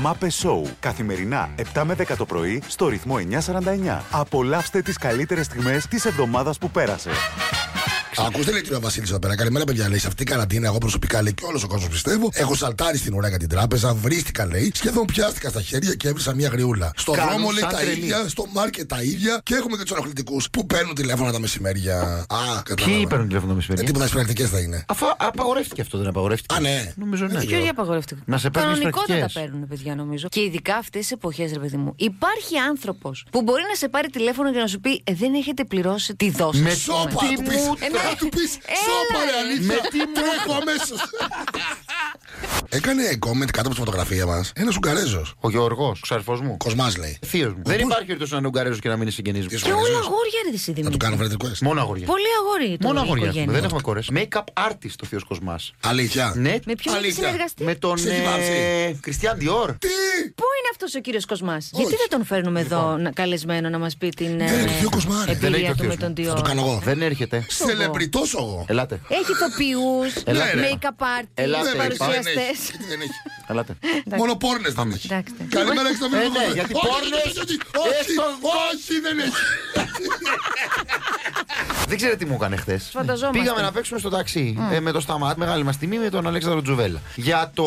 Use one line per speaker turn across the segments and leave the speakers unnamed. Μάπε Show. Καθημερινά 7 με 10 το πρωί στο ρυθμό 949. Απολαύστε τις καλύτερες στιγμές της εβδομάδας που πέρασε.
Ακούστε λέει την Βασίλης εδώ πέρα. Καλημέρα, παιδιά. Λέει σε αυτή την καραντίνα, εγώ προσωπικά λέει και όλος ο κόσμος πιστεύω. Έχω σαλτάρει στην ουρά για την τράπεζα, βρίστηκα λέει. Σχεδόν πιάστηκα στα χέρια και έβρισα μια γριούλα. Στο
Κάνουν
δρόμο λέει
σαν
τα
τρελή.
ίδια, στο μάρκετ τα ίδια και έχουμε και τους αναχλητικού που παίρνουν τηλέφωνα τα μεσημέρια. Α,
Ποιοι
κατάλαβα.
παίρνουν τηλέφωνο το
Ε,
μεσημέρι.
τίποτα πρακτικές θα είναι.
Αφού απαγορεύτηκε αυτό, δεν απαγορεύτηκε.
Α, ναι.
Νομίζω
Δεν
ναι.
ξέρω.
Ποιο είναι απαγορευτικό.
Να σε παίρνουν στις
Κανονικότατα
πρακτικές.
παίρνουν, παιδιά, νομίζω. Και ειδικά αυτές τις εποχές, ρε παιδί μου. Υπάρχει άνθρωπος που μπορεί να σε πάρει τηλέφωνο και να σου πει «Ε, Δεν έχετε πληρώσει τη δόση.
Με
σας».
Σόπα,
Ε, Τι Ε,
του πεις. Θα
ναι. μούτρα.
του πει. Σόπα, ρε αλήθεια. Τρέχω αμέσω. Έκανε comment κάτω από τη φωτογραφία μας ένα Ουγγαρέζος.
Ο Γιώργος, ο ξαρφός μου.
Κοσμάς λέει.
Θείος μου. Δεν υπάρχει περίπτωση να είναι Ουγγαρέζος και να μην είναι συγγενής μου.
Τι σου
Και όλα
αρέσει?
αγόρια, ρε εσύ
Να του κάνω friend request.
Μόνο αγόρια.
Πολύ αγόρι. το
Μόνο
η
αγόρια.
οικογένεια.
έχουμε, Δεν έχουμε κόρες. Make-up artist ο Θείος Κοσμάς.
Αλήθεια.
Ναι,
Με ποιον έχεις
Αλήθεια.
συνεργαστεί.
με τον
Σε έχει βάψει.
ε, Κριστιαν Διόρ.
Τι!
Πού είναι αυτός ο κύριος Κοσμάς,
Όχι.
Γιατί δεν τον φέρνουμε
Λοιπόν.
εδώ να- καλεσμένο να μας πει την ε,
Δεν έρχεται ο Κοσμάρη.
Δεν έχει
εμπειρία
ο
του με
θείος
τον
μου.
Θα το
Διόρ.
κάνω εγώ.
Δεν έρχεται.
Σελεμπριτός εγώ.
Ελάτε.
Έχει ηθοποιού,
Ελάτε.
make-up
Ελάτε,
artists,
ελάτε.
δεν
παρουσιαστέ.
λοιπόν. έχει. Γιατί δεν έχει.
Ελάτε.
Μόνο πόρνες δεν έχει.
Εντάξει.
Καλημέρα, έχεις το
Ε, ναι,
μήνυμα.
γιατί
Όχι,
πόρνες-
όχι, όχι, Όχι,
Έστω-
όχι, δεν έχει.
Δεν ξέρω τι μου έκανε χθες.
Φανταζόμαστε.
Πήγαμε να παίξουμε στο ταξί ε, με το Σταμάτ, μεγάλη μας τιμή, με τον Αλέξανδρο Τζουβέλα. Για το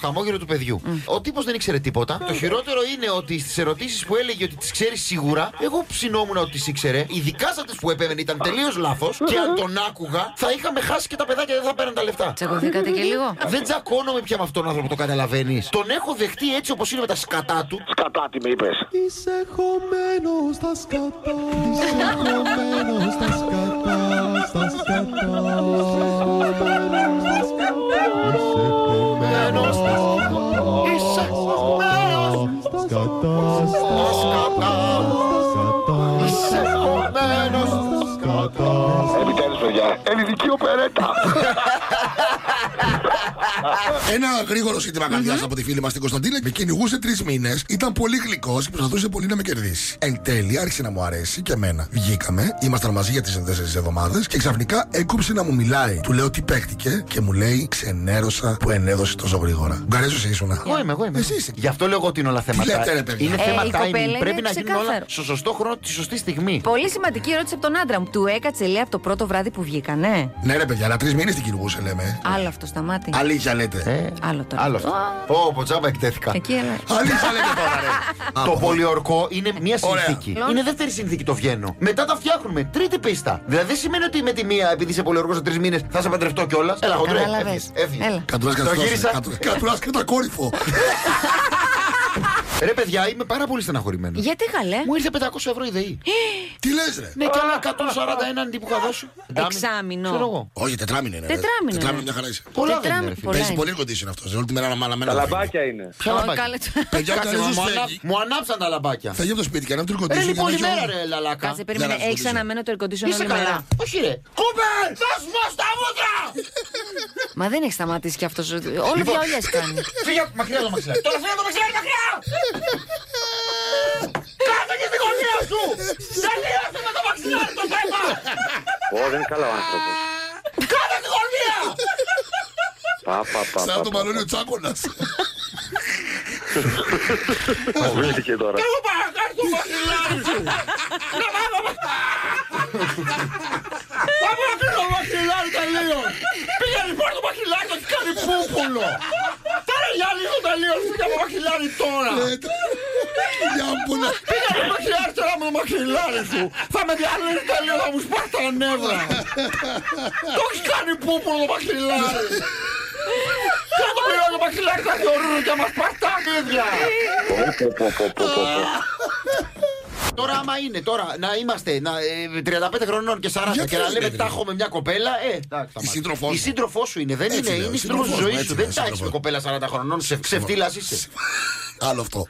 χαμόγελο του παιδιού. Ο τύπος δεν ήξερε τίποτα. Το χειρότερο είναι ότι στις ερωτήσεις που έλεγε ότι τις ξέρεις σίγουρα, εγώ ψινόμουν ότι τις ήξερε. Ειδικά σε αυτέ που επέμενε ήταν τελείως λάθος. Και αν τον άκουγα, θα είχαμε χάσει και τα παιδάκια δεν θα παίρναν τα λεφτά.
Τσακωθήκατε και λίγο.
Δεν τσακώνομαι πια με αυτόν τον άνθρωπο, το καταλαβαίνεις. Τον έχω δεχτεί έτσι όπως είναι με τα σκατά του.
Κατά τι με είπες.
Είσαι χωμένο στα σκατά. Είσαι χωμένο στα σκατά. Στα σκατά. Είσαι χωμένο στα
Είσαι χωμένο
σκατά. Σκατά. Στα σκατά.
Είσαι χωμένο.
Σκατά.
Επιτέλους παιδιά. Ελληνική οπερέτα.
Ένα γρήγορο σύντημα καρδιάς από τη φίλη μας την Κωνσταντίνα. Με κυνηγούσε τρεις μήνες. Ήταν πολύ γλυκός και προσπαθούσε πολύ να με κερδίσει. Εν τέλει άρχισε να μου αρέσει και εμένα. Βγήκαμε, ήμασταν μαζί για τις 4 εβδομάδες και ξαφνικά έκοψε να μου μιλάει. Του λέω τι παίχτηκε και μου λέει ξενέρωσα που ενέδωσε τόσο γρήγορα. Ουγγαρέζο ήσουνα.
Εγώ είμαι, εγώ είμαι.
Εσύ είσαι.
Γι' αυτό λέω εγώ ότι είναι όλα θέματα.
λέτε, ρε, παιδιά.
είναι
Ε,
θέμα
η κοπέλα
timing. Πρέπει
είναι
να γίνουν
ξεκάθαρο.
όλα στο σωστό χρόνο, τη σωστή στιγμή.
Πολύ σημαντική ερώτηση από τον άντρα μου. Του έκατσε λέει από το πρώτο βράδυ που βγήκανε.
Ναι, ρε παιδιά, αλλά τρεις μήνες την κυνηγούσε λέμε.
Άλλο αυτό στα μάτια.
Αλήθεια λέτε.
Ε,
Άλλο τώρα.
Άλλο. αυτό.
Α.
Πω, πω, τσάμπα εκτέθηκα.
Εκεί έλα.
Αλήθεια λέτε τώρα, ρε.
Το πολιορκό είναι μία
Ωραία.
συνθήκη.
Λο-
Είναι δεύτερη συνθήκη το βγαίνω. Μετά τα φτιάχνουμε. Τρίτη πίστα. Δηλαδή δεν σημαίνει ότι με τη μία, επειδή είσαι πολιορκός σε τρεις μήνες, θα σε παντρευτώ κιόλας. Έλα, χοντρέ.
Κατάλαβες.
έφυγες, έφυγες.
Έλα.
Κατουρά
Το γύρισα.
κατουρά κατακόρυφο.
Ρε, παιδιά, είμαι πάρα πολύ στεναχωρημένος.
Γιατί γαλέ.
Μου ήρθε 500 ευρώ η ΔΕΗ.
Ε.
Τι λες, ρε.
Ναι, και άλλα 141 αντί που είχα δώσει.
Εξάμηνο.
Ξέρω εγώ.
Όχι, τετράμινο είναι. ρε.
Τετράμινο,
Τετράμινο
ναι.
μια χαρά είσαι.
Πολλά δεν
Τετράμι-
είναι, ρε, φίλε.
Πολλά
Παίζει
είναι.
πολύ κοντίσιο αυτός. Όλη τη μέρα αναμάλαμενα.
Τα λαμπάκια είναι.
Ποια
Ω,
λαμπάκια.
καλέ.
Παιδιά,
Κάτσε,
κανένα
μα, μου, ανα...
φεύγει.
μου ανάψαν τα λαμπάκια.
Φεύγει από το σπίτι και ανάβει το
Ρε,
κοντίσιο.
λοιπόν, ημέρα ρε, λαλάκα.
Κάτσε, περίμενε.
να σου
Έχει
ρωτήσω.
αναμένο το air condition
Είσαι
όλη μέρα.
καλά. Όχι, ρε. Κούμπερ, θα σου πω στα μούτρα.
Μα δεν έχει σταματήσει κι αυτός. Όλο
Λοιπόν.
διαολιές κάνει.
Φύγε από- μακριά το μαξιλάρι. Τώρα φύγε από το μαξιλάρι, μακριά. Κάτσε και στην γωνία σου. Τελείωσε με το μαξιλάρι το θέμα.
Ω, δεν είναι καλά ο άνθρωπος.
Κάτσε στη γωνία.
Πα, πα, πα,
Σαν
πα,
το
πα.
μαλόνι ο Τσάκονα.
Αποβλήθηκε τώρα.
Εγώ πάω, κάτσε το μαξιλάρι σου. Να πάω το μαξιλάρι. Θα πάω να κλείνω το μαξιλάρι τελείως. Πήγε λοιπόν το μαξιλάρι να κάνει πούπουλο. Τώρα για λίγο τελείως πήγε από το μαξιλάρι τώρα.
Για που να.
Πήγα με μαξιλάρι τώρα με το μαξιλάρι σου. Θα με διαλύσει τα λίγο, θα μου σπάσει τα νεύρα. Το έχεις κάνει πούπουλο το μαξιλάρι. Θα το πήρω το μαξιλάρι θα θεωρούν και μας σπάσει τα νεύρα.
Πω, πω, πω, πω, πω, πω.
Τώρα άμα είναι, τώρα να είμαστε να, ε, 35 χρονών και 40
Γιατί
και να
δεν
λέμε
είναι,
τάχω με μια κοπέλα, ε, εντάξει. σταμάτα.
σύντροφός
Η
σου.
σύντροφός σου είναι, δεν
Έτσι
είναι,
λέω,
είναι
η
η σύντροφος της
σύντροφός μου,
ζωής
έτσι
σου.
λέω,
Δεν τα έχεις με
σύντροφος.
κοπέλα 40 χρονών, σε- ξεφτύλας είσαι.
Άλλο αυτό.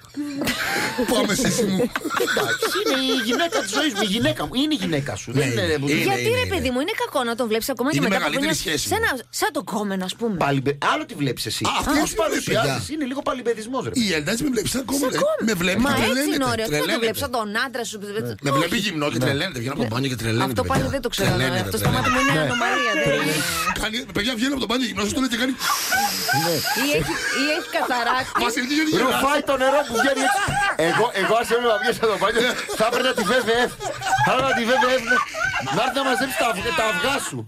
Πάμε εσύ μου.
Εντάξει, είναι η γυναίκα της ζωής μου. Η γυναίκα μου. Είναι η γυναίκα σου.
Ναι,
Δεν είναι.
είναι.
Για-
Γιατί
είναι,
ρε
είναι.
παιδί μου, είναι κακό να τον βλέπεις ακόμα και
Είναι
μετά από
μεγαλύτερη
χρόνια.
σχέση.
Σε ένα- Σαν τον κόμεν, ας πούμε.
Πάλι, άλλο τη βλέπεις εσύ.
Α, αυτή
Πώς
είναι, ρε,
παρουσιάζεις,
παιδιά.
είναι λίγο παλιμπεδισμός, ρε.
Η Ελντάτζη με βλέπει ακόμα. ρε.
Ακόμα.
Με βλέπει
Μα
και
έτσι είναι
τρελαίνεται.
ωραίο. Πού το
Τρελαίνεται.
βλέπεις, σαν τον άντρα σου.
Με βλέπει γυμνό και τρελαίνεται. Βγαίνω από το μπάνιο και τρελαίνεται.
Αυτό
παιδιά.
πάλι δεν το ξέρω. ναι.
Τρελαίνεται,
Αυτό στα
τρελαίνεται. Ναι.
μάτια μου είναι ανομαλία. δεν είναι.
Κάνει- Παιδιά βγαίνω από το μπάνιο γυμνό, σου το λέει και κάνει.
Ή έχει- ή έχει
Μα
καταράκτη.
ηλικία γυμνό.
Ρουφάει το νερό που βγαίνει έξω. Εγώ, εγώ ας έβλεπα βγες από το μπάνιο, θα έπαιρνα τη VVF. Θα έπαιρνα τη VVF να έρθει να μαζέψει τα, αυγ- τα αυγά σου.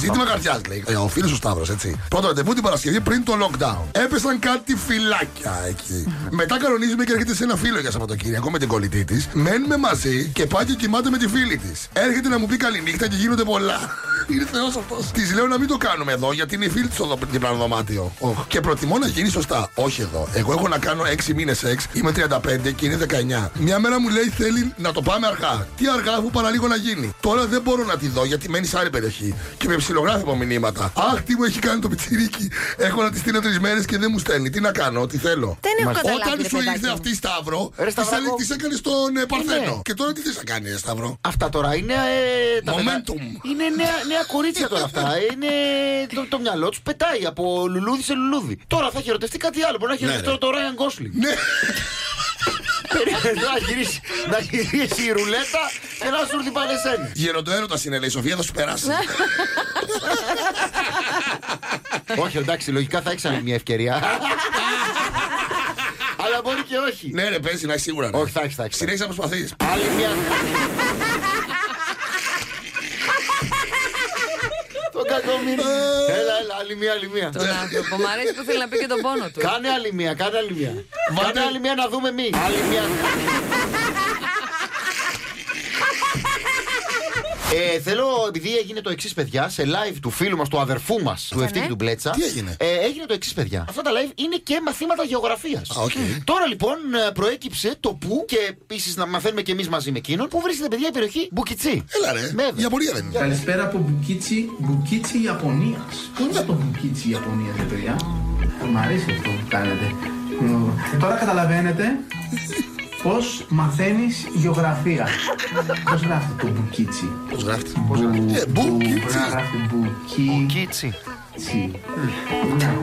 Ζήτημα καρδιάς, λέει. Ε, Ο φίλος ο Σταύρος, έτσι. Πρώτο ραντεβού την Παρασκευή πριν το lockdown. Έπεσαν κάτι φυλάκια εκεί. Μετά κανονίζουμε και έρχεται σε ένα φίλο για Σαββατοκύριακο με την κολλητή της. Μένουμε μαζί και πάει και κοιμάται με τη φίλη της. Έρχεται να μου πει καληνύχτα και γίνονται πολλά. Είναι θεό αυτό. Της λέω να μην το κάνουμε εδώ γιατί είναι η φίλη τη στο δο- διπλανό δωμάτιο. Οχ. Και προτιμώ να γίνει σωστά. Όχι εδώ. Εγώ έχω να κάνω 6 μήνες σεξ, είμαι 35 και είναι 19. Μια μέρα μου λέει θέλει να το πάμε αργά. Τι αργά αφού παραλίγο να γίνει. Τώρα δεν μπορώ να τη δω γιατί μένει σε άλλη περιοχή. Και με ψιλογράφει από μηνύματα. Αχ, τι μου έχει κάνει το πιτσιρίκι. Έχω να τη στείλω τρεις μέρες και δεν μου στέλνει. Τι να κάνω, τι θέλω.
Δεν έχω
Όταν
καταλάβει.
σου
ρε παιδάκι
ήρθε
μου.
αυτή η Σταύρο,
Ρε, Σταυράκο.
της έκανες στον ε, Παρθένο.
ναι.
Και τώρα τι θες να κάνεις, ε, Σταύρο.
Αυτά τώρα είναι. ε, τα μετά-
Momentum.
Είναι νέα, νέα κορίτσια τώρα αυτά. Είναι, το, το μυαλό τους πετάει από λουλούδι σε λουλούδι. Τώρα θα χειροτευτεί κάτι άλλο. Μπορεί να χειροτευτεί
ρε.
τώρα το Ryan Gosling.
Ναι,
Περίμενε να γυρίσει, να γυρίσει η ρουλέτα και να σου έρθει πάλι εσένα.
γεροντοέρωτα είναι, λέει η Σοφία, θα σου περάσει.
Ναι.
όχι, εντάξει, λογικά θα έχεις άλλη μια ευκαιρία. Αλλά μπορεί και όχι.
Ναι, ρε, παίζει να έχεις σίγουρα. ναι.
Όχι, θα έχεις, θα έχεις.
Συνέχισε να προσπαθείς.
Άλλη μια. Το κακομίρι.
Ε.
Έλα, έλα, άλλη μία, άλλη μία.
Τον άνθρωπο. Μ' αρέσει που θέλει να πει και τον πόνο του.
Κάνε άλλη μία, κάνε άλλη μία.
Βάλτε-
Κάνε άλλη μία να δούμε εμείς. Άλλη μία. Ε, θέλω, επειδή έγινε το εξής, παιδιά, σε live του φίλου μας, του αδερφού μας, του
Ναι,
Ευτύχη του Μπλέτσα.
Τι έγινε?
Ε, έγινε το εξής, παιδιά. Αυτά τα live είναι και μαθήματα γεωγραφίας.
Α, οκ.
Τώρα λοιπόν ε, προέκυψε το που και επίσης να μαθαίνουμε και εμείς μαζί με εκείνον που βρίσκεται, παιδιά, η περιοχή Μπουκιτσί.
Έλα ρε.
Βέβαια.
Η απορία δεν είναι.
Καλησπέρα από Μπουκίτσι, Μπουκίτσι Ιαπωνίας. Πού είναι το Μπουκίτσι Ιαπωνίας, ρε παιδιά. Μ' αρέσει αυτό που κάνετε. Μ, Τώρα καταλαβαίνετε πώς μαθαίνεις γεωγραφία. Πώς γράφεται το Μπουκίτσι.
Πώς γράφει. Πώ γράφει.
Μπου-
Ε, Μπουκίτσι.
Πρέπει να γράφει Μπουκίτσι.
Μπουκίτσι.
Να,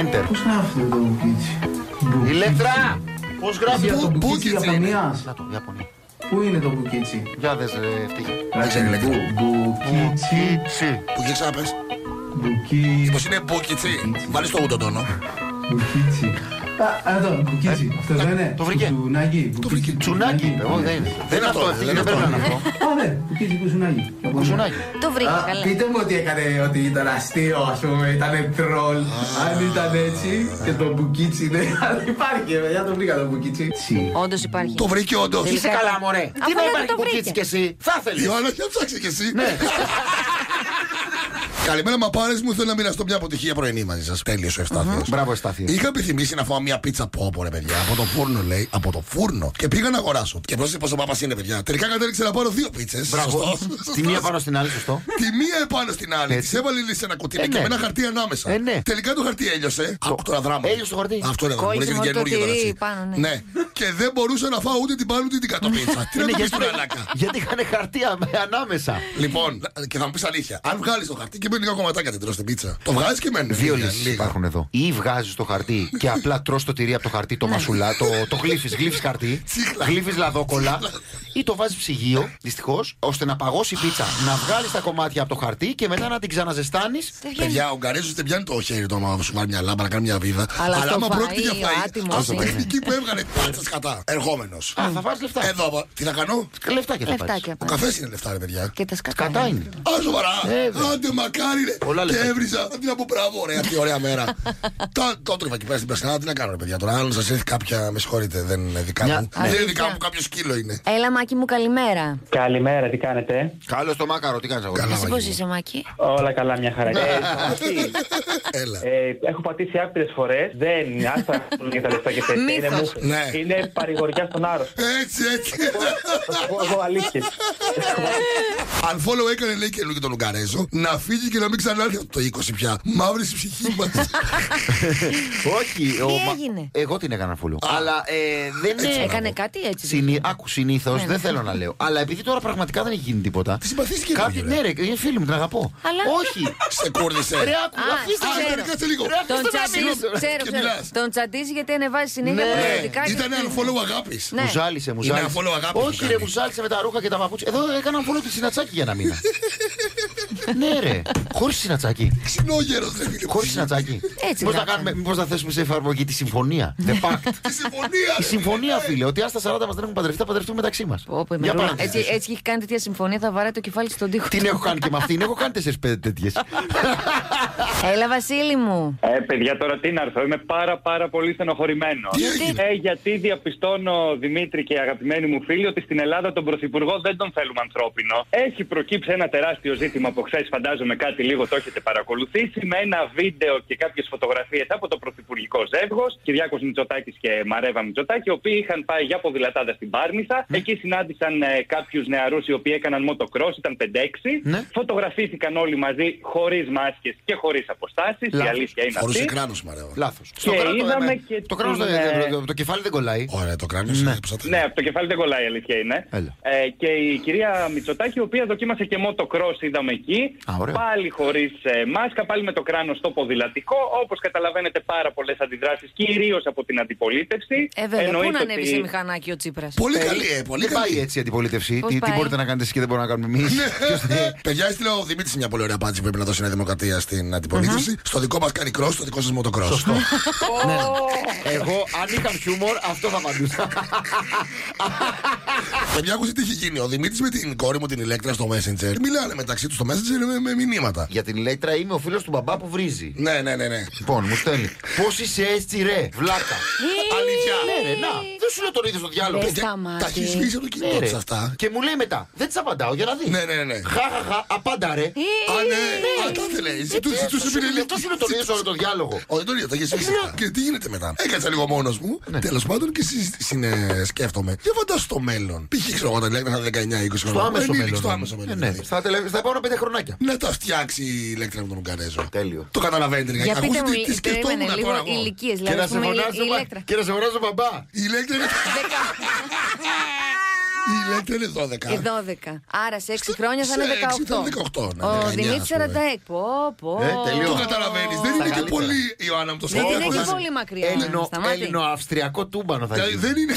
Enter.
Πώς γράφεται το Μπουκίτσι. Μπουκίτσι.
Ηλέκτρα! Πώς γράφει
Για
το.
το Μπουκίτσι
Μπουκίτσι είναι.
Ιαπωνίας.
Να το, Ιαπωνία.
Πού είναι το Μπουκίτσι.
Για δες ε, ρε ευτυχή.
ξέρω,
Γράφει
Ηλέκτρα.
Μπου- Μπουκίτσι.
Μπουκίτσι.
Που και ξαναπε.
Μπουκίτσι.
Πώς είναι μπουκίτσι. Βάλεις το ούτο τόνο.
Μπουκίτσι. Α, εδώ, μπουκίτσι. Αυτό δεν είναι.
Ε, το βρήκε.
Κουζουνάκι.
βρήκε.
Μπουκίτσι.
Τσουνάκι είπε, εγώ δεν είναι. Δεν είναι αυτό,
αυτό,
ευτυχή,
δεν
δεν
είναι
πρέπει να
αυτό.
είναι αυτό.
Α, ναι, κουκίζει κουζουνάκι.
Κουζουνάκι.
Το βρήκα
Α,
καλά.
Πείτε μου ότι έκανε ότι ήταν αστείο, ας πούμε, ήταν τρολ. Αν ήταν έτσι και το μπουκίτσι δεν υπάρχει, παιδιά, το βρήκα το μπουκίτσι.
Όντως υπάρχει.
Το βρήκε όντως.
Είσαι καλά, μωρέ. Τι να
λέτε
υπάρχει
το
μπουκίτσι
βρήκε.
κι εσύ. Θα
Η
ήθελες.
Ιωάννα, για ψάξεις κι εσύ.
Ναι.
Καλημέρα, μα πάρες μου. Θέλω να μοιραστώ μια αποτυχία πρωινή μαζί σας. Τέλειος ο Ευστάθιος.
Μπράβο, Στάθη.
Είχα επιθυμήσει να φάω μια πίτσα πόπο, ρε παιδιά, από το φούρνο, λέει. Από το φούρνο. Και πήγα να αγοράσω. Και πρόσεχε πόσο πάπας είναι, παιδιά. Τελικά κατέληξε να πάρω δύο πίτσες.
Μπράβο. Τη μία πάνω στην άλλη, σωστό.
Τη μία επάνω στην άλλη.
Έτσι.
Της έβαλε σε ένα κουτί
Ε,
και
ναι.
με ένα χαρτί ανάμεσα.
Ε, ναι.
Τελικά το χαρτί έλειωσε. Άκου τώρα δράμα.
Έλειωσε το χαρτί.
Αυτό είναι
Κόλλησε
δράμα. Είναι
μόνο το
καινούργιο τώρα.
τυρί
έτσι.
πάνω, ναι.
Και δεν μπορούσα να φάω ούτε την πάνω ούτε την κάτω πίτσα. Τι να
Είναι
το πει
Ναι, γιατί-
τώρα, Λάκα.
Γιατί είχαν χαρτί αμέ- ανάμεσα.
Λοιπόν, και θα μου πεις αλήθεια. Αν βγάλεις το χαρτί και μπαίνει λίγα κομματάκια την τρως την πίτσα. Το βγάζεις και μένεις.
Δύο
Λίγα,
λύσεις
λίγα.
υπάρχουν εδώ. Ή βγάζεις το χαρτί και απλά τρώ το τυρί από το χαρτί,
Ναι.
το μασουλά, το, το γλύφεις, γλύφεις χαρτί,
Τσίχλα.
γλύφεις λαδόκολλα. Ή το βάζεις ψυγείο, δυστυχώς, ώστε να παγώσει η πίτσα. Να βγάλεις τα κομμάτια από το χαρτί και μετά να την ξαναζεστάνεις.
Δεν βγαίνει.
Παιδιά, ο Ουγγαρέζος δεν πιάνει το χέρι του άμα σου βάλει μια λάμπα να κάνει μια βίδα.
Αλλά στο
άμα
φαΐ,
πρόκειται για
ο άτιμος
φαΐ, ας το
είναι.
παιχνική που έβγαλε πάτσα κατά. Ερχόμενος.
Α, θα βάζει λεφτά.
Εδώ, απα- τι θα κάνω.
Λεφτάκια θα πάρεις.
Λεφτάκια
Ο
πάνε.
καφές είναι λεφτά, ρε παιδιά.
Και τα σκατά.
Κατά είναι.
Α, σοβαρά.
Βέβαια.
Άντε, μακάρι ρε.
Πολλά
και
λεφτά.
έβριζα. Τι να πω, μπράβο, ωραία, τι ωραία μέρα. τα, το έτρεφα εκεί πέρα στην Περσινάδα, τι να κάνω, ρε παιδιά. Τώρα, αν σας έρθει κάποια, με συγχωρείτε, δεν είναι δικά
Μια-
μου. Δεν είναι
αλήθεια.
δικά μου, κάποιο σκύλο είναι.
Έλα, Μάκη μου, καλημέρα.
Καλημέρα, τι κάνετε.
Καλό το μάκαρο, τι κάνεις αγόρι.
Καλά,
Εσύ
Βαγγέλη.
πώ είσαι, Μάκη.
Όλα καλά, μια χαρά. Ε, αυτή,
Έλα.
ε, έχω πατήσει άπειρες φορές. Δεν είναι άστα για τα λεφτά και τέτοια. Είναι,
Μύθος.
μου-
Ναι.
είναι παρηγοριά στον άρρωστο.
Έτσι, έτσι.
Θα σου πω Εγώ αλήθεια.
Αν follow έκανε λέει καινούργιο τον Ουγγαρέζο, να φύγει και να μην ξανάρθει αυτό το 20 πια. Μαύρη η ψυχή μας.
Όχι. ο
Τι
μα-
έγινε?
Εγώ την έκανα φούλου. Αλλά ε, δεν
Ναι,
έκανα.
έκανε κάτι έτσι.
Συνή... Άκου συνήθως,
Ναι, ναι.
δεν θέλω να λέω. Αλλά επειδή τώρα πραγματικά δεν έχει γίνει τίποτα.
Τη συμπαθήθηκε
Κάποιοι,
ρε.
ναι, ρε, είναι φίλη μου, την αγαπώ.
Αλλά-
Όχι.
Σε κούρδισε.
Ρε, άκου,
Α,
αφήστε
α,
με.
ξέρω.
Κάτσε λίγο.
Ρε, αφήστε
Τον
με να
τσαντίζει,
μιλήσω.
ξέρω,
Και
ξέρω.
μιλάς.
Τον τσαντίζει γιατί ανεβάζει συνέχεια
Ναι.
προαιρετικά. και-
Ήταν ένα follow αγάπης.
Ναι.
Μου ζάλισε, μου
Είναι
ζάλισε.
ένα follow αγάπης που
Όχι, ρε,
κάνει.
μου ζάλισε με τα ρούχα και τα παπούτσια. Εδώ έκανα follow τη συνατσάκι για ένα μήνα. ναι, ρε. Χωρίς συνατσάκι.
Ξινόγερος, ρε φίλε.
Χωρίς συνατσάκι.
Έτσι
Πώς
να
να, κάνουμε, μήπως να θέσουμε σε εφαρμογή τη συμφωνία. The pact.
Τη συμφωνία.
Η
ρε.
συμφωνία, φίλε, ότι αν στα 40 μας δεν έχουν παντρευτεί, θα παντρευτούμε μεταξύ μας.
Πω, πω, η Μερούλα. έτσι, έτσι έχει κάνει τέτοια συμφωνία, θα βαράει το κεφάλι στον τοίχο.
Την έχω κάνει και με αυτήν, έχω κάνει 4-5 τέτοιες.
Έλα, Βασίλη μου.
Ε, παιδιά, τώρα τι να έρθω. Είμαι πάρα πάρα πολύ στενοχωρημένος.
Τι έγινε.
Ε, γιατί διαπιστώνω, Δημήτρη και αγαπημένοι μου φίλοι, ότι στην Ελλάδα τον Πρωθυπουργό δεν τον θέλουμε ανθρώπινο. Έχει προκύψει ένα τεράστιο ζήτημα από χθε, φαντάζομαι κάτι λίγο το έχετε παρακολουθήσει, με ένα βίντεο και κάποιες φωτογραφίες από το Πρωθυπουργικό Ζεύγος, Κυριάκος Μητσοτάκης και Μαρέβα Μητσοτάκη, οι οποίοι είχαν πάει για ποδηλατάδα στην Πάρνηθα. Εκεί συνάντησαν ε, κάποιους νεαρούς οι οποίοι έκαναν motocross, ήταν 5-6.
Ναι.
Φωτογραφήθηκαν όλοι μαζί χωρίς μάσκες και χωρίς αποστάσεις. Η
Λάθος.
αλήθεια είναι
Φορούσε
αυτή.
κράνο, μαρέω.
Λάθο.
είδαμε και
Το κράνος
την, ε,
το κεφάλι δεν κολλάει.
Ωραία, το κράνος.
Ναι.
Ναι, από το κεφάλι δεν κολλάει, η αλήθεια είναι.
Έλα.
Ε, και η κυρία Μητσοτάκη, η οποία δοκίμασε και motocross, είδαμε εκεί.
Α, ωραία.
πάλι χωρίς ε, μάσκα, πάλι με το κράνος στο ποδηλατικό. Όπως καταλαβαίνετε, πάρα πολλές αντιδράσεις, κυρίως από την αντιπολίτευση.
Ε, βέβαια, πού να
Εννοείται
ανέβει
ότι-
σε μηχανάκι ο Τσίπρας.
Πολύ καλή, ε, πολύ
Δεν πάει
καλή. Ναι.
έτσι η αντιπολίτευση.
Πώς
Τι, τι
πάει?
μπορείτε να κάνετε εσείς και δεν μπορούμε να κάνουμε εμείς.
Ναι.
Παιδιά, έστειλε ο Δημήτρης μια πολύ ωραία απάντηση που πρέπει να δώσει η Νέα Δημοκρατία στην αντιπολίτευση. Στο δικό μας κάνει κρό, στο δικό σας μοτοκρό. Σωστό.
Εγώ, αν είχα χιούμορ, αυτό θα απαντούσα.
Παιδιά, άκουσε τι έχει γίνει. Ο Δημήτρης με την κόρη μου την ηλέκτρα στο Messenger. Μιλάνε μεταξύ τους στο Messenger με, με μηνύματα.
Για την ηλέκτρα είμαι ο φίλος του μπαμπά που βρίζει.
Ναι, ναι, ναι, ναι.
Λοιπόν, μου στέλνει. Πώς είσαι έτσι, ρε, βλάκα.
Αλήθεια.
Ναι, ρε, να. Δεν σου λέω τον είδε στο διάλογο.
Ε, σταμάτη.
Τα έχει σβήσει από το
Ναι,
κινητό
ρε. Ε,
τη αυτά.
Και μου λέει μετά, δεν τη απαντάω για να δεις.
Ναι, ναι, ναι, ναι.
Χαχαχα, απάντα
Ε,
ρε.
Α, ναι. Α, τα
Ε,
ήθελε. Ζητούσε ζητούσε την
Αυτό είναι το ίδιο σε όλο το διάλογο.
Όχι, τον είδα, το είχε σβήσει. αυτά. Και τι γίνεται μετά. Έκατσα λίγο μόνο μου.
Ναι.
Τέλο πάντων και συζήτηση είναι, σκέφτομαι. Για φαντάσου το μέλλον. Π.χ. ξέρω εγώ τα ηλέκτρα 19-20 χρόνια.
Στο άμεσο
Ενήλικη,
μέλλον.
Στο άμεσο
Ε,
μέλλον.
ναι.
δηλαδή.
Στα τελε- στα επόμενα πέντε χρονάκια.
Να τα φτιάξει η ηλέκτρα με τον Ουγγαρέζο.
Τέλειο.
Το καταλαβαίνετε
Για
λίγα.
πείτε
Ακούστε
μου,
τι- τι
λι- περίμενε
σκεφτόμουν τώρα
λίγο
εγώ.
ηλικίες.
Και
Δηλαδή,
να
ας
σε
πούμε, η η
φωνάζω μπα-
ηλέκτρα.
και να σε φωνάζω μπαμπά.
Η ηλέκτρα είναι. Η ηλέκτρα είναι 12.
Ε, 12. Άρα σε 6 χρόνια θα
σε
είναι
έξι θα
18.
είναι 18, ναι,
Ο
19,
Δημήτρη
ας πούμε.
46. Πω, πω.
Ε, τελείως.
Το καταλαβαίνεις. Δεν
Στα
είναι και
καλύτερα.
πολύ Ιωάννα μου το
Δεν είναι
σκέφτομαι.
και Ναι, πολύ μακριά.
Έλληνο,
Σταμάτη.
αυστριακό τούμπανο θα
Δηλαδή,
γίνει.
Δεν είναι.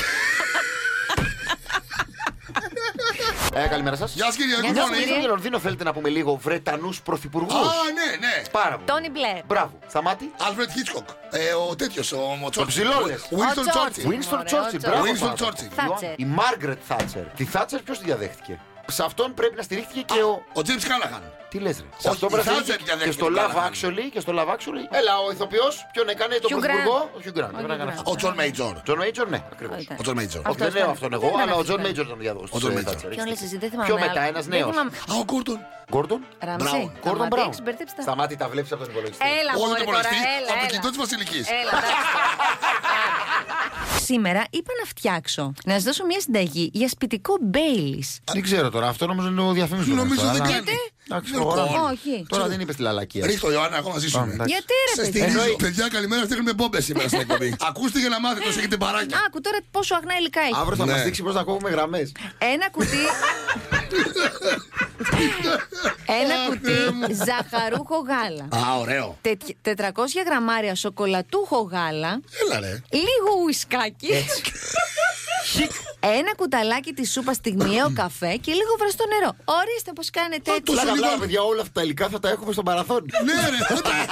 Ε, καλημέρα σας.
Γεια σας, κύριε
Γεια σας,
Αγκουρόνη.
κύριε.
Στον Λονδίνο θέλετε να πούμε λίγο Βρετανούς
Α,
πρωθυπουργούς.
ναι, ναι.
Πάρα πολύ.
Τόνι Μπλερ.
Μπράβο. Σταμάτη.
Άλφρετ Χίτσκοκ. Ε, Ο τέτοιος, ο Τσόρτσιλ.
ψηλό, λες.
Ο
Βίνστον Τσόρτσιλ.
Τσόρτσιλ.
Winston
Ωραία,
Churchill.
ο
Μπράβο.
Winston
πάρα πολύ.
Churchill.
Θάτσερ.
Η Μάργρετ Θάτσερ. Τη Θάτσερ ποιος τη διαδέχτηκε. Σε αυτόν πρέπει να στηρίχθηκε και ο.
Ο Τζίμ Κάλαχαν.
Τι λες, ρε. Σε
η
αυτόν πρέπει να
Θάτσερ
στηρίχθηκε
διαδέχτηκε
και στο
τον
Love
Κάλαχαν.
Actually. Και στο Love Actually. Έλα, ο ηθοποιός ποιον έκανε τον
Hugh Grant.
πρωθυπουργό. Ο Hugh Grant.
Ο
Τον έκανε
Hugh
αυτό.
Ο Τζον Μέιτζορ.
Τζον Μέιτζορ, ναι, ακριβώς.
Ήταν.
Ο Τζον Μέιτζορ.
Α,
Όχι, δεν
Αυτός
λέω
ήταν.
αυτόν
Δεν
εγώ,
ήταν
αλλά ο Τζον
αυτός. ναι.
Μέιτζορ ήταν διαδόχο.
Ο Τζον Μέιτζορ.
Ποιον λες εσύ, δεν θυμάμαι.
Πιο μετά,
αλλά-
ένας
δεν
νέος.
θυμάμαι.
Α, ο Κόρτον.
Γκόρντον.
Ραμζή.
Γκόρντον
Σταματήξε,
Μπράουν.
μπερδέψτε Ε, τα.
Σταμάτη, τα βλέπεις από τον υπολογιστή.
Έλα,
Όλο
μωρέ,
τον
τώρα,
πολεμιστή από το
έλα,
κινητό
έλα.
τη Βασιλική.
Έλα, εντάξει. Έλα. Σήμερα είπα να φτιάξω, να σας δώσω μια συνταγή για σπιτικό Μπέιλις.
Δεν ξέρω τώρα, αυτό νομίζω είναι ο διαφήμισης.
Νομίζω δεν Λοιπόν. κάνει.
Εντάξει,
Δεν
τώρα-
κόλλει.
Όχι.
Τώρα δεν είπες τη λαλακία.
Ρίχτω, Ιωάννα, εγώ μαζί σου. είμαι.
Πάμε, εντάξει.
Γιατί
Σε
ρε παιδί.
στηρίζω.
Εννοεί.
Παιδιά, καλημέρα. Φτιάχνουμε μπόμπες σήμερα στην εκπομπή. Ακούστε για να μάθετε όσο έχετε παράκια.
Άκου τώρα πόσο αγνά υλικά έχει.
Αύριο θα
Ναι.
μα δείξει πώς να κόβουμε γραμμές.
Ένα κουτί. Ένα κουτί ζαχαρούχο γάλα.
Α, ωραίο.
Τετ- 400 γραμμάρια σοκολατούχο γάλα.
Έλα, ρε.
Λίγο ουισκάκι. Ένα κουταλάκι τη σούπα στιγμιαίο καφέ και λίγο βραστό νερό. Ορίστε πώς κάνετε
Μα
έτσι.
τόσο
Πλάκα,
λίγο.
πλάκα, παιδιά, όλα αυτά τα υλικά θα τα έχουμε στο μαραθώνι.
Ναι, ρε. θα τα-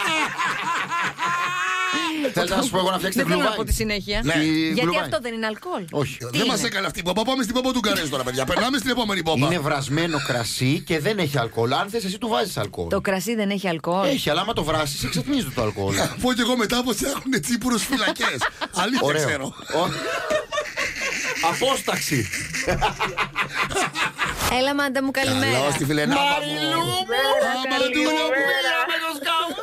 Θέλετε να σου πω εγώ να φτιάξετε
Δεν θέλω να
γλουβάι.
πω τη συνέχεια.
Ναι.
Γιατί αυτό δεν είναι αλκοόλ.
Όχι.
Δεν μας έκανε αυτή η μπόμπα. Πάμε στην μπόμπα του Γκαρέζ τώρα, παιδιά. Περνάμε στην επόμενη μπόμπα.
Είναι βρασμένο κρασί και δεν έχει αλκοόλ. Αν θες, εσύ του βάζεις αλκοόλ.
Το κρασί δεν έχει αλκοόλ.
Έχει, αλλά άμα το βράσεις, εξατμίζεται το αλκοόλ.
Θα πω κι εγώ μετά πως έχουν τσίπουρους φυλακές. Αλήθεια
Ωραίο.
ξέρω.
Ο- Απόσταξη.
Έλα, μάντα μου, καλημέρα.
Καλώ τη φιλενάδα μου.
Μαριλού μου,
Μαριλούλα μου.
Μαριλούλα με το σκάφο.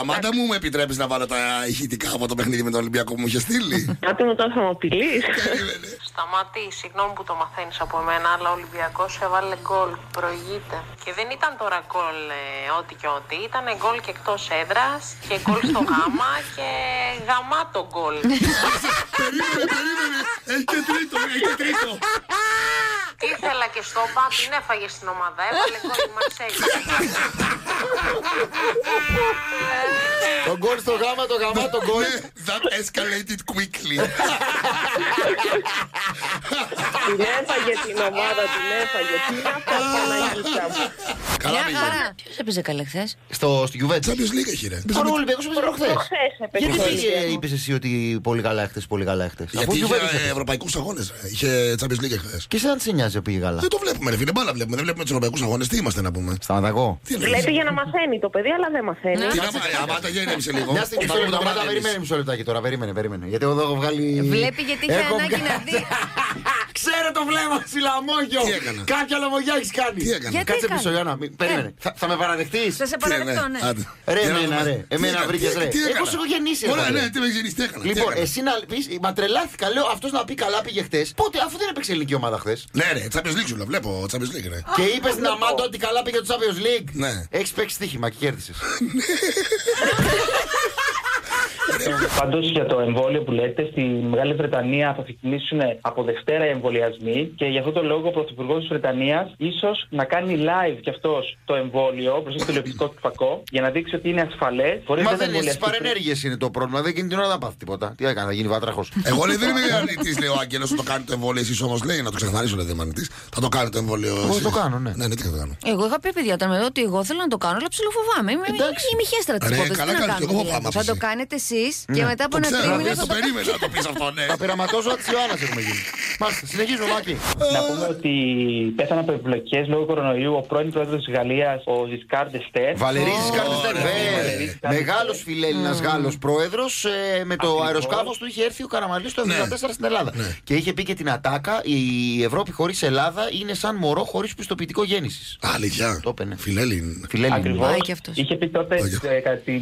Αμάντα μου, με επιτρέπεις να βάλω τα ηχητικά από το παιχνίδι με τον Ολυμπιακό που μου είχε στείλει.
Κάτι μου τώρα θα μου απειλείς.
Περίμενε.
Σταματή, συγγνώμη που το μαθαίνεις από εμένα, αλλά ο Ολυμπιακός έβαλε γκολ. Προηγείται. Και δεν ήταν τώρα γκολ ε, ό,τι και ό,τι. Ήταν γκολ και εκτός έδρας και γκολ στο γάμα και γαμάτο γκολ.
περίμενε, περίμενε. Έχει και τρίτο, έχει και τρίτο.
Ήθελα και στο μπα, την έφαγε στην ομάδα. Έβαλε γκολ η Μαρσέγγι.
Το γκολ στο γάμα, το γάμα, το γκολ.
Ναι, That escalated quickly.
την έφαγε την ομάδα, την έφαγε. Τι να πω, Παναγίτσα μου.
Καλά
Μια
πήγε.
χαρά. Ποιος έπαιζε καλά χθες.
Στο στη Juventus.
Champions League έχει ρε.
Άρα ο Ολυμπιακός έπαιζε προχθές.
Χθες έπαιξε.
Γιατί πήγε, είπες εσύ ότι πολύ καλά έχτες, πολύ καλά έχτες. Αφού
Γιατί ε,
η
είχε
Juventus έπαιζε.
ευρωπαϊκούς αγώνες. Είχε Champions League χθες.
Και σαν σε νοιάζει πήγε καλά.
Δεν το βλέπουμε, ρε φίλε. Μπάλα βλέπουμε. Δεν βλέπουμε τους ευρωπαϊκούς αγώνες. Τι είμαστε να πούμε.
Σταματά εγώ.
Τι λέει.
Βλέπει για να μαθαίνει το παιδί, αλλά δεν μαθαίνει.
Ναι.
Τι να πάει, αμάτα γέννησε λίγο.
Μια στιγμή,
Θα
μισό
μου τα
λεπτό,
μάθεις.
περίμενε μισό λεπτάκι τώρα, περίμενε, περίμενε. Γιατί εγώ εδώ έχω βγάλει...
Βλέπει γιατί είχε
Έχω
ανάγκη
βγάλει-
να δει.
Ξέρω το βλέμμα σου, λαμόγιο.
Τι έκανα?
Κάποια λαμογιά έχεις κάνει.
Τι έκανα.
Γιατί Ε,
Κάτσε
έκανε?
μισό, Ιωάννα, μη- περίμενε. Θα- Θα με παραδεχτείς.
Θα
Τι,
σε
ναι,
παραδεχτώ, ναι.
άντε.
Ρε,
Για να
εμένα,
δούμε.
ρε.
Τι
Εμένα
έκανα,
βρήκες,
τι
ρε. Ε,
έκανα.
Εγώ σε έχω γεννήσει, ρε,
Ωραία,
παιδί.
ναι, τι με γεννήσει, τι έκανα. τι
Λοιπόν,
έκανα.
εσύ να πεις, μα τρελάθηκα. Λέω αυτός να πει καλά πήγε χθε. Πότε, αφού δεν έπαιξε ελληνική ομάδα χθες.
Ναι, ρε, Champions League σου λέω, βλέπω Champions League, ρε.
Και είπες στην Αμάντο ότι καλά πήγε το Champions League.
Ναι.
Έχεις παίξει στοίχημα και κέρδισες.
Πάντως για το εμβόλιο που λέτε, στη Μεγάλη Βρετανία θα ξεκινήσουν από Δευτέρα οι εμβολιασμοί και γι' αυτό το λόγο ο Πρωθυπουργός της Βρετανίας ίσως να κάνει live κι αυτός το εμβόλιο μπροστά στο τηλεοπτικό φακό για να δείξει ότι είναι ασφαλές.
Μα δεν είναι. Στι παρενέργειες είναι το πρόβλημα. Δεν εκείνη την ώρα δεν πάθει τίποτα. Τι έκανε, θα γίνει βάτραχος.
Εγώ λέει δεν είμαι αρνητή, λέει ο Άγγελος, θα το κάνει το εμβόλιο. Εσείς όμως λέει να το ξεχνάρίσω, λέει δεν είμαι αρνητή. Θα το κάνει το εμβόλιο. εσείς.
το κάνω, ναι.
Ναι, ναι, τι θα το κάνω.
Εγώ είχα πει παιδιά όταν με δω ότι εγώ θέλω να το κάνω, αλλά ψιλοφοβάμαι. Είμαι,
Εντάξει.
είμαι χέστρα της
Ρε,
υπόθεσης.
καλά
Τι να
κάνεις,
κάνω,
εγώ
παιδιά.
φοβάμαι
Θα
εσύ.
το
Ναι.
κάνετε εσείς και μετά από
Το
ένα
ξέρω,
τρίμηνο
δεν
θα
το
το
περίμενα να το πεις αυτό, ναι.
Θα πειραματώσω τη Ιωάννα έχουμε γίνει.
Ε.
Μάλιστα, συνεχίζουμε, Μάκη.
Να πούμε ότι πέθανε από επιπλοκέ λόγω κορονοϊού ο πρώην πρόεδρος της Γαλλίας, ο Ζισκάρ Ντεστέρ.
Βαλερίζη
Ωραία.
Καρδιστέρ.
Βαλερίζης
Μεγάλος φιλέλληνας Γάλλος πρόεδρος. ε, Με το
Ακριβώς.
αεροσκάφος του είχε έρθει ο Καραμαλής το 1974
Ναι.
στην Ελλάδα. Και είχε πει και την ατάκα: Η Ευρώπη χωρίς Ελλάδα είναι σαν μωρό χωρίς πιστοποιητικό γέννησης.
Αλήθεια.
Το έπαινε.
Φιλέλλην.
Φιλέλληνα.
Πάει
Ακριβώς.
και αυτός.
Είχε πει τότε
Πάει και αυτό.
ε, κατά τη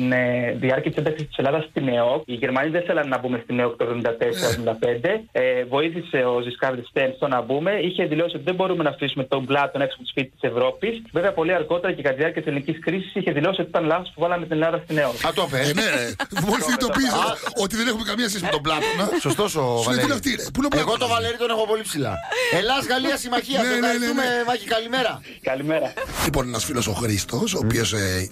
διάρκεια της ένταξης της Ελλάδας στην ΕΟΚ. Οι Γερμανοί δεν θέλανε να μπούμε στην ΕΟΚ το 1974-1975. Ε, βοήθησε ο Ζισκάρδη Στέν στο να μπούμε. Είχε δηλώσει ότι δεν μπορούμε να αφήσουμε τον Πλάτων έξω από το σπίτι της Ευρώπης. Βέβαια, πολύ αργότερα και κατά τη διάρκεια της ελληνικής κρίσης είχε δηλώσει ότι ήταν λάθος που βάλαμε την Ελλάδα στην ΕΟΚ.
Α, το
Ε,
είπε.
ναι, ρε. Μόλις συνειδητοποίησα ότι δεν έχουμε καμία σχέση με τον Πλάτωνα.
Σωστός ο
Σου λέει, τι είναι
Βαλέρη.
αυτή, ρε, πού είναι ο
Εγώ το
Πλάτωνας?
Βαλέρη τον έχω πολύ ψηλά. Ελλάς, Γαλλία, συμμαχία.
Ναι,
Σε
ναι, ναι,
ευχαριστούμε,
ναι.
Μάκη, καλημέρα.
Καλημέρα.
Λοιπόν, ένας φίλος ο Χρήστος, ο οποίος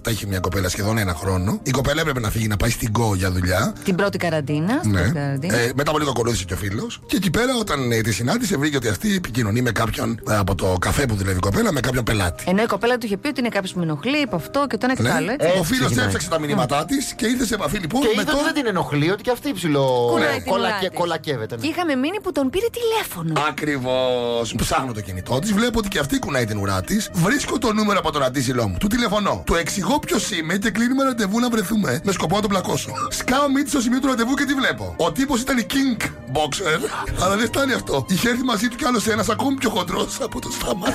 τα είχε μια κοπέλα σχεδόν ένα χρόνο. Η κοπέλα έπρεπε να φύγει να πάει στην Go για δουλειά.
Την πρώτη καραντίνα. στην
Ναι.
πρώτη καραντίνα.
Ε, μετά από λίγο ακολούθησε και ο φίλος. Και εκεί πέρα, όταν ε, τη συνάντησε, βρήκε ότι αυτή επικοινωνεί με κάποιον ε, από το καφέ που δουλεύει η κοπέλα, με κάποιον πελάτη. Ναι.
Ενώ η κοπέλα του είχε πει ότι είναι κάποιος που με ενοχλεί, είπε αυτό και το ένα και το άλλο. Ε, έτσι.
Ο φίλος
ξεκινάει.
έψαξε τα μηνύματά της και ήρθε σε επαφή λοιπόν
Και
με
είδα ότι δεν
τον.
την ενοχλεί, ότι και αυτή ψηλό.
Κουράει την
κολακε-
ουρά της.
Κολακεύεται. ναι.
Και είχαμε μείνει που τον πήρε τηλέφωνο.
Ακριβώς. Ψάχνω το κινητό της, βλέπω ότι και αυτή κουνάει την ουρά της. Βρίσκω το νούμερο από τον αντίσυλό μου. Του τηλεφωνώ. Του εξηγώ ποιος είμαι και κλείνουμε ραντεβού να βρεθούμε. Με σκοπό να τον πλακώσω. Σκάω μύτη στο σημείο του ραντεβού και τη βλέπω. Ο τύπος ήταν η King Boxer. Αλλά δεν φτάνει αυτό. Είχε έρθει μαζί του κι άλλος ένας ακόμη πιο χοντρός από το στάμα.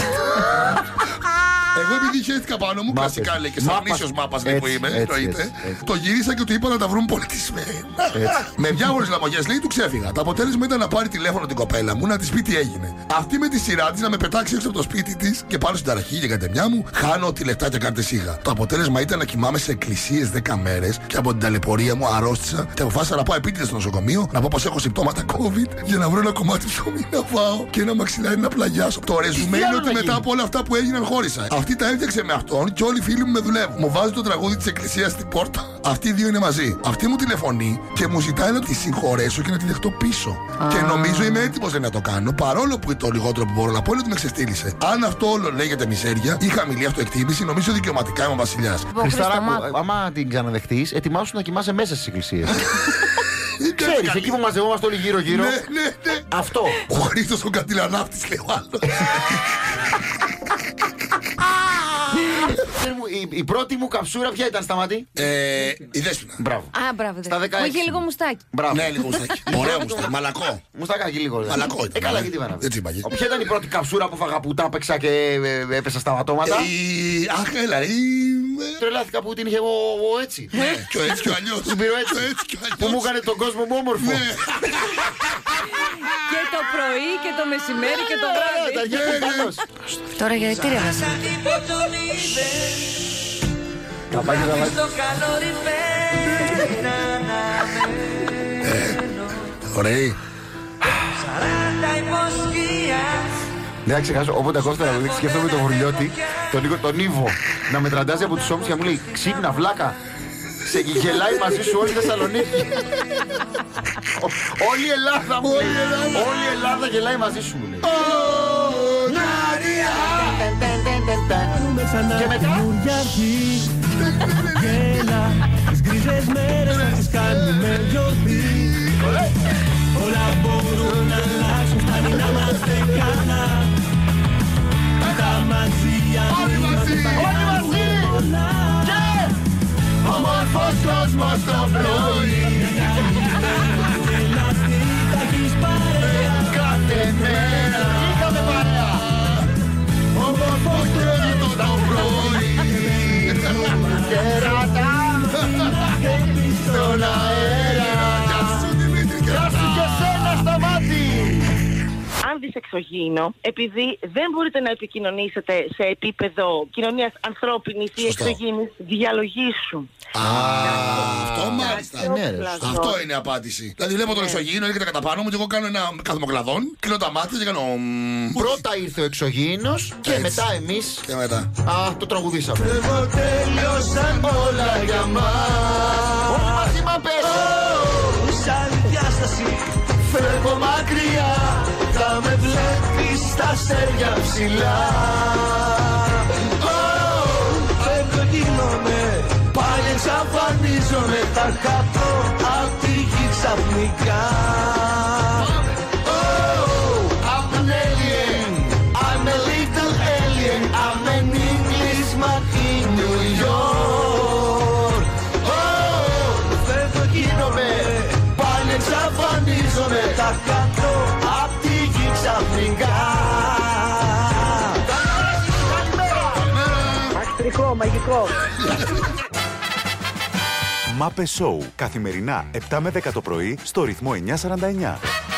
Εγώ επειδή χαίρετηκα πάνω μου,
Μάπες.
κλασικά λέει και
Μάπας.
σαν μάπας μάπα λέει που
Έτσι,
είμαι,
έτσι,
το είπε.
έτσι, έτσι.
Το γυρίσα και του είπα να τα βρουν πολιτισμένα. με διάφορες λαμογές λέει του ξέφυγα. Το αποτέλεσμα ήταν να πάρει τηλέφωνο την κοπέλα μου να της πει τι έγινε. Αυτή με τη σειρά της να με πετάξει έξω από το σπίτι της και πάνω στην ταραχή για κατεμιά μου, χάνω ό,τι λεφτά και κάντε σίγα. Το αποτέλεσμα ήταν να κοιμάμαι σε εκκλησίες 10 μέρες και από την ταλαιπωρία μου αρρώστησα και αποφάσισα να πάω επίτηδες στο νοσοκομείο να πω πως έχω συμπτώματα COVID για να βρω ένα κομμάτι ψωμί να φάω και ένα μαξιλάρι να πλαγιάσω. Το ρεζουμέ είναι
άλλο
ότι
να
μετά
γίνει.
από όλα αυτά που έγιναν χώρισα. Αυτή τα έφτιαξε με αυτόν και όλοι οι φίλοι μου με δουλεύουν. Μου βάζει το τραγούδι της εκκλησίας στην πόρτα. Αυτοί οι δύο είναι μαζί. Αυτή μου τηλεφωνεί και μου ζητάει να τη συγχωρέσω και να τη δεχτώ πίσω. Και νομίζω είμαι έτοιμος να το κάνω, παρόλο που το λιγότερο που μπορώ να πω είναι ότι με ξεστήλισε. Αν αυτό όλο λέγεται μιζέρια ή χαμηλή αυτοεκτίμηση, νομίζω δικαιωματικά είμαι ο Ε, βασιλιά.
Ο Χριστομάτου.
Χρισταράκου, άμα την ξαναδεχτείς, ετοιμάσου να κοιμάσαι μέσα στις εκκλησίες. Ξέρει, εκεί που μαζευόμαστε όλοι γύρω-γύρω.
Ναι, ναι, ναι.
Αυτό.
Ο Χρήστος ο κατηλανάπτη λέει ο άλλος.
Ξέρεις μου, η- Η πρώτη μου καψούρα ποια ήταν, σταματή.
Ε, η δέσπινα.
Μπράβο.
Α, μπράβο.
Στα
δε.
16.
Που είχε λίγο μουστάκι.
Μπράβο.
Ναι, λίγο μουστάκι. Ωραίο μουστάκι. Μαλακό.
Μουστακάκι λίγο. ρε.
Μαλακό ήταν,
Ε, καλά,
ναι.
γιατί δεν
Έτσι είπα και.
Ποια ήταν η πρώτη καψούρα που φαγαπούτα, έπαιξα και ε, ε, έπεσα στα βατώματα.
Ε, η- Αχ, έλα, ρε, η Τρελάθηκα που την είχε εγώ εγώ έτσι.
Κι ο έτσι κι ο αλλιώς.
Την Ναι. πήρε Ε, έτσι.
Κι ο έτσι κι ο αλλιώς.
Που μου έκανε τον κόσμο μου όμορφο.
Και το πρωί και το μεσημέρι και το βράδυ.
Ναι, ναι, καλώς.
Τώρα γιατί ρεύεσαι.
Θα πάει και θα βάλει.
Ωραίοι.
Δεν θα ξεχάσω, όποτε ακούω αυτά τα τραγούδια, σκέφτομαι τον Βουρλιώτη, τον Νίκο, τον Ήβο, να με τραντάζει από τους ώμους και να μου λέει «Ξύπνα, βλάκα». Σε γελάει μαζί σου όλη η Θεσσαλονίκη. Ο- όλη η Ελλάδα μου λέει. Όλη η Ελλάδα γελάει μαζί σου μου λέει. Και μετά
Αν δυσεξωγήινο, επειδή δεν μπορείτε να επικοινωνήσετε σε επίπεδο κοινωνίας ανθρώπινης ή
Σωστό.
εξωγήινης διαλογή σου.
Αυτό μάλιστα.
Ναι, ρε,
Πλατό.
Ε, Αυτό είναι η απάντηση. Δηλαδή βλέπω
Ναι.
τον εξωγήινο, έρχεται κατά πάνω μου και εγώ κάνω ένα καθμοκλαδόν, κλείνω τα μάτια και κάνω. μμμ,
πρώτα ήρθε ο εξωγήινος και
Έτσι.
μετά εμείς
Και μετά.
Α, το τραγουδήσαμε. Εγώ τέλειωσαν όλα για μας. Όλοι μαζί μα πες. Σαν διάσταση. Φεύγω μακριά. Θα με βλέπεις στα αστέρια ψηλά. Φεύγω γίνομαι. Πάλι εξαφανίζομαι. Θα χαθώ απ' τη γη ξαφνικά. I'm an alien. I'm a little alien. I'm an Englishman in New York. Oh, φεύγω γίνομαι. Πάλι εξαφανίζομαι. Τα κάτω απ' τη γη ξαφνικά.
Μαγικό, μαγικό.
Μάπε Σόου. Καθημερινά 7 με 10 το πρωί στο ρυθμό 949.